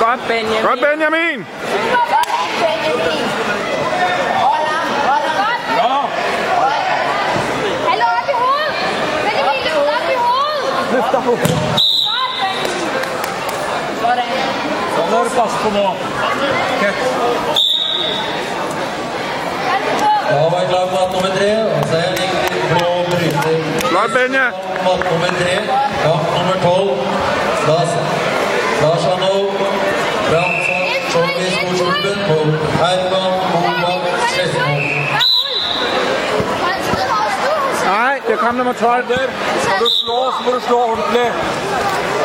Rob Benjamin. Rob Benjamin! Hallo, op je hol! Benjamin, lift op je hol! Lift op Benjamin! Da må du passe på nå. Kan du gå? Da var jeg klar på at nummer tre. Og så er jeg riktig blå bryter. Klar, Benje! Kamp nummer tre. Kamp nummer tolv. Lars Lars Hanov. Bransson. Sjåki Storskjorten. Mot Herman Moland Skedsmo. Nei, det kan nummer tolv. Må du slå, så må du slå ordentlig.